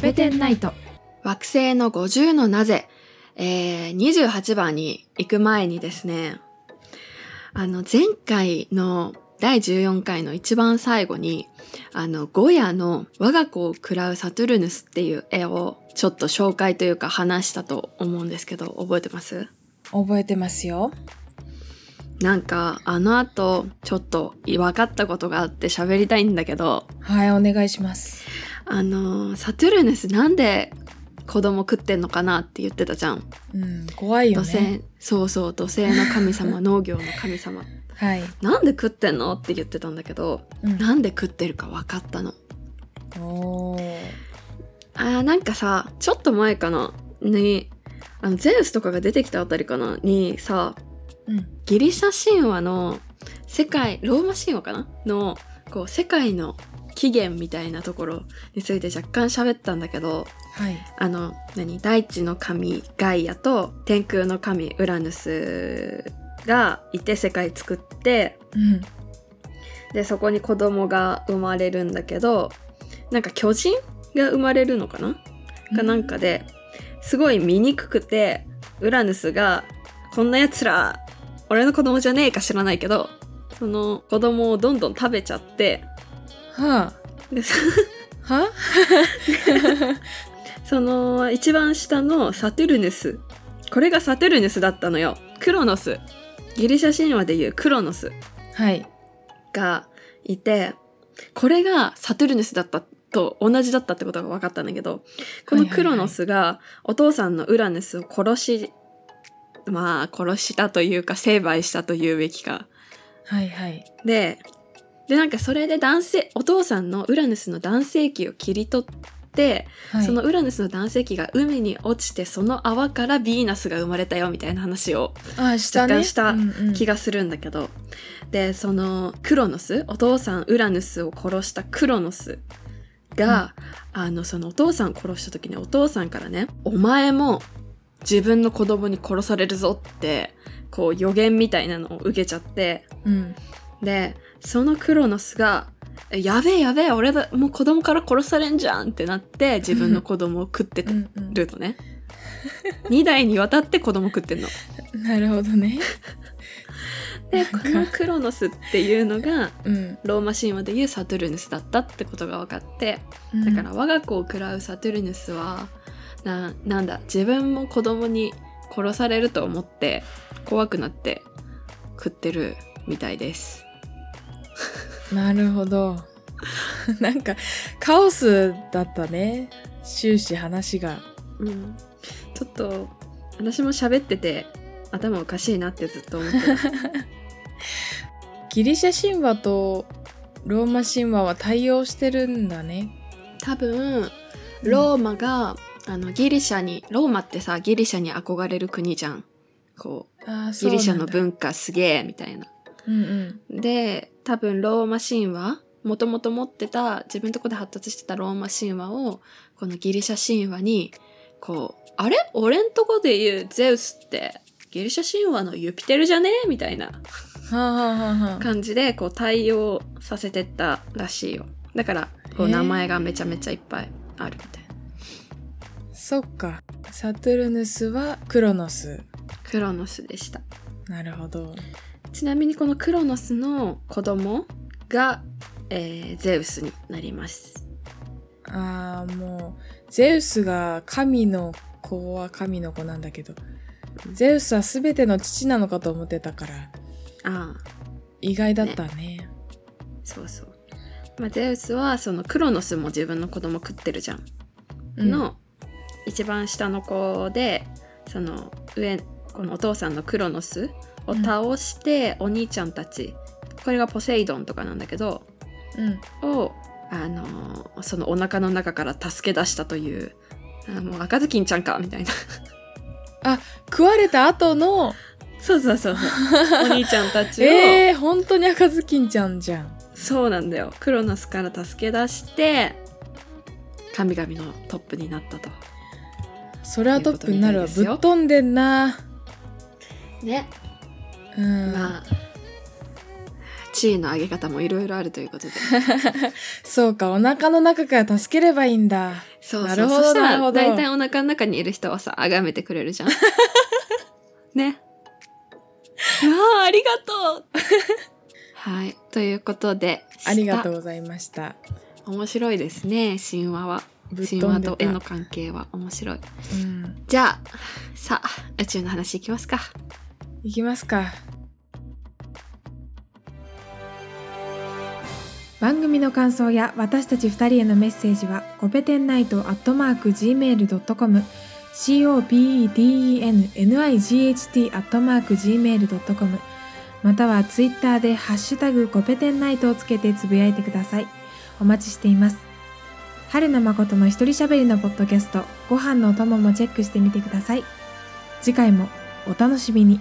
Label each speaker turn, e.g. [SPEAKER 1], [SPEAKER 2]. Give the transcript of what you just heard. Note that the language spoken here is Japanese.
[SPEAKER 1] ペテンナイト。
[SPEAKER 2] 惑星の50のなぜ、えー、28番に行く前にですね、あの、前回の第14回の一番最後に、あの、ゴヤの我が子を喰らうサトゥルヌスっていう絵をちょっと紹介というか話したと思うんですけど、覚えてます
[SPEAKER 1] 覚えてますよ。
[SPEAKER 2] なんか、あの後、ちょっと分かったことがあって喋りたいんだけど、
[SPEAKER 1] はい、お願いします。
[SPEAKER 2] あの、サトゥルヌスなんで子供食ってんのかなって言ってたじゃん。
[SPEAKER 1] うん、怖いよ
[SPEAKER 2] 土
[SPEAKER 1] ね。
[SPEAKER 2] 星、そうそう、土星の神様、農業の神様。
[SPEAKER 1] はい。
[SPEAKER 2] なんで食ってんのって言ってたんだけど、
[SPEAKER 1] うん、
[SPEAKER 2] なんで食ってるか分かったの。
[SPEAKER 1] おー
[SPEAKER 2] あーなんかさちょっと前かなにあのゼウスとかが出てきたあたりかなにさ
[SPEAKER 1] うん。
[SPEAKER 2] ギリシャ神話の世界ローマ神話かなのこう世界の起源みたいなところについて若干喋ったんだけど
[SPEAKER 1] はい。
[SPEAKER 2] あの何大地の神ガイアと天空の神ウラヌスがいて世界作って
[SPEAKER 1] うん。
[SPEAKER 2] でそこに子供が生まれるんだけどなんか巨人が生まれるのかなかなんかで、すごい醜くてウラヌスが「こんなやつら俺の子供じゃねえか知らないけどその子供をどんどん食べちゃって
[SPEAKER 1] は
[SPEAKER 2] でそ
[SPEAKER 1] あ。は
[SPEAKER 2] その一番下のサトゥルヌスこれがサトゥルヌスだったのよクロノスギリシャ神話でいうクロノス
[SPEAKER 1] はい。
[SPEAKER 2] がいてこれがサトゥルヌスだったと同じだったってことが分かったんだけどこのクロノスがお父さんのウラヌスを殺しまあ殺したというか成敗したというべきか
[SPEAKER 1] はいはい。
[SPEAKER 2] ででなんかそれで男性お父さんのウラヌスの男性器を切り取って、
[SPEAKER 1] はい。
[SPEAKER 2] そのウラヌスの男性器が海に落ちてその泡からヴィーナスが生まれたよみたいな話を
[SPEAKER 1] あ、したね。
[SPEAKER 2] 若干した
[SPEAKER 1] うんうん
[SPEAKER 2] 気がするんだけど、でそのクロノスお父さんウラヌスを殺したクロノスが、あのそのお父さんを殺した時にお父さんからね「お前も自分の子供に殺されるぞ」ってこう予言みたいなのを受けちゃって
[SPEAKER 1] うん。
[SPEAKER 2] でそのクロノスが「やべえやべえ俺だもう子供から殺されんじゃん」ってなって自分の子供を食って
[SPEAKER 1] う
[SPEAKER 2] た
[SPEAKER 1] んうん
[SPEAKER 2] るのね。2代にわたって子供食ってんの。
[SPEAKER 1] なるほどね。
[SPEAKER 2] で
[SPEAKER 1] なんか
[SPEAKER 2] このクロノスっていうのが
[SPEAKER 1] うん。
[SPEAKER 2] ローマ神話でいうサトゥルヌスだったってことが分かって
[SPEAKER 1] うん
[SPEAKER 2] だから我が子を喰らうサトゥルヌスはななんだ自分も子供に殺されると思って怖くなって食ってるみたいです。
[SPEAKER 1] なるほど。 なんか、カオスだったね。終始話が。
[SPEAKER 2] うん、ちょっと私も喋ってて頭おかしいなってずっと思ってた。
[SPEAKER 1] ギリシャ神話とローマ神話は対応してるんだね。
[SPEAKER 2] 多分ローマが、あのギリシャにローマってさギリシャに憧れる国じゃん。こう
[SPEAKER 1] あーそうなんだ
[SPEAKER 2] ギリシャの文化すげえみたいな。
[SPEAKER 1] うんうん。
[SPEAKER 2] で多分ローマ神話もともと持ってた自分のとこで発達してたローマ神話をこのギリシャ神話にこう「あれ俺んとこで言うゼウスってギリシャ神話のユピテルじゃねみたいな
[SPEAKER 1] はあ、はあはあはあ、
[SPEAKER 2] 感じでこう対応させてったらしいよだからこう
[SPEAKER 1] へえ
[SPEAKER 2] 名前がめちゃめちゃいっぱいあるみたいな。
[SPEAKER 1] そっか。サトゥルヌスはクロノス。
[SPEAKER 2] クロノスでした
[SPEAKER 1] なるほど。
[SPEAKER 2] ちなみにこのクロノスの子供が、えーゼウスになります
[SPEAKER 1] ああ、もう、ゼウスが神の子は神の子なんだけど、ゼウスは全ての父なのかと思ってたから、
[SPEAKER 2] ああ
[SPEAKER 1] 意外だったね。
[SPEAKER 2] そうそう。まあ、ゼウスはそのクロノスも自分の子供食ってるじゃん。
[SPEAKER 1] うん、
[SPEAKER 2] の一番下の子でその上このお父さんのクロノスを倒して、お兄ちゃんたちこれがポセイドンとかなんだけど
[SPEAKER 1] うん。
[SPEAKER 2] を、あのーそのお腹の中から助け出したという。あもう赤ずきんちゃんかみたいな
[SPEAKER 1] 食われた後の、
[SPEAKER 2] そうそ うそうそうお兄ちゃんたちを、
[SPEAKER 1] ええー、本当に赤ずきんちゃんじゃん。
[SPEAKER 2] そうなんだよクロノスから助け出して神々のトップになったと
[SPEAKER 1] それはトップになるわ。
[SPEAKER 2] ということみ
[SPEAKER 1] ぶっ
[SPEAKER 2] たいですよ
[SPEAKER 1] 飛んでんな。
[SPEAKER 2] ね
[SPEAKER 1] うん。
[SPEAKER 2] まあ、地位の上げ方もいろいろあるとい うことで。
[SPEAKER 3] そうか、お腹の中から助ければいいんだ。
[SPEAKER 2] そう
[SPEAKER 3] な
[SPEAKER 2] そ
[SPEAKER 3] る
[SPEAKER 2] う。
[SPEAKER 3] ほ
[SPEAKER 2] そ
[SPEAKER 3] ど
[SPEAKER 2] した
[SPEAKER 3] なる
[SPEAKER 2] ら、
[SPEAKER 3] ほど
[SPEAKER 2] だいたいお腹の中にいる人はさ、崇めてくれるじ ゃん。ね。ああ、ありがとうはい。ということで、
[SPEAKER 3] ありがとう
[SPEAKER 2] う。
[SPEAKER 3] ございました。
[SPEAKER 2] 面白いですね、神話は。
[SPEAKER 3] ぶっ
[SPEAKER 2] 神
[SPEAKER 3] 飛
[SPEAKER 2] 話
[SPEAKER 3] んで
[SPEAKER 2] と
[SPEAKER 3] た
[SPEAKER 2] 絵の関係は面白い。
[SPEAKER 3] うん。
[SPEAKER 2] じゃあ、さあ、宇宙の話いきますか。
[SPEAKER 3] いきますか。
[SPEAKER 1] 番組の感想や私たち2人へのメッセージはコペテンナイトアットマーク Gmail.com copennight アットマーク Gmail.com またはツイッターでハッシュタグコペテンナイトをつけてつぶやいてくださいお待ちしています春の誠の一人喋りのポッドキャストご飯のお供もチェックしてみてください次回もお楽しみに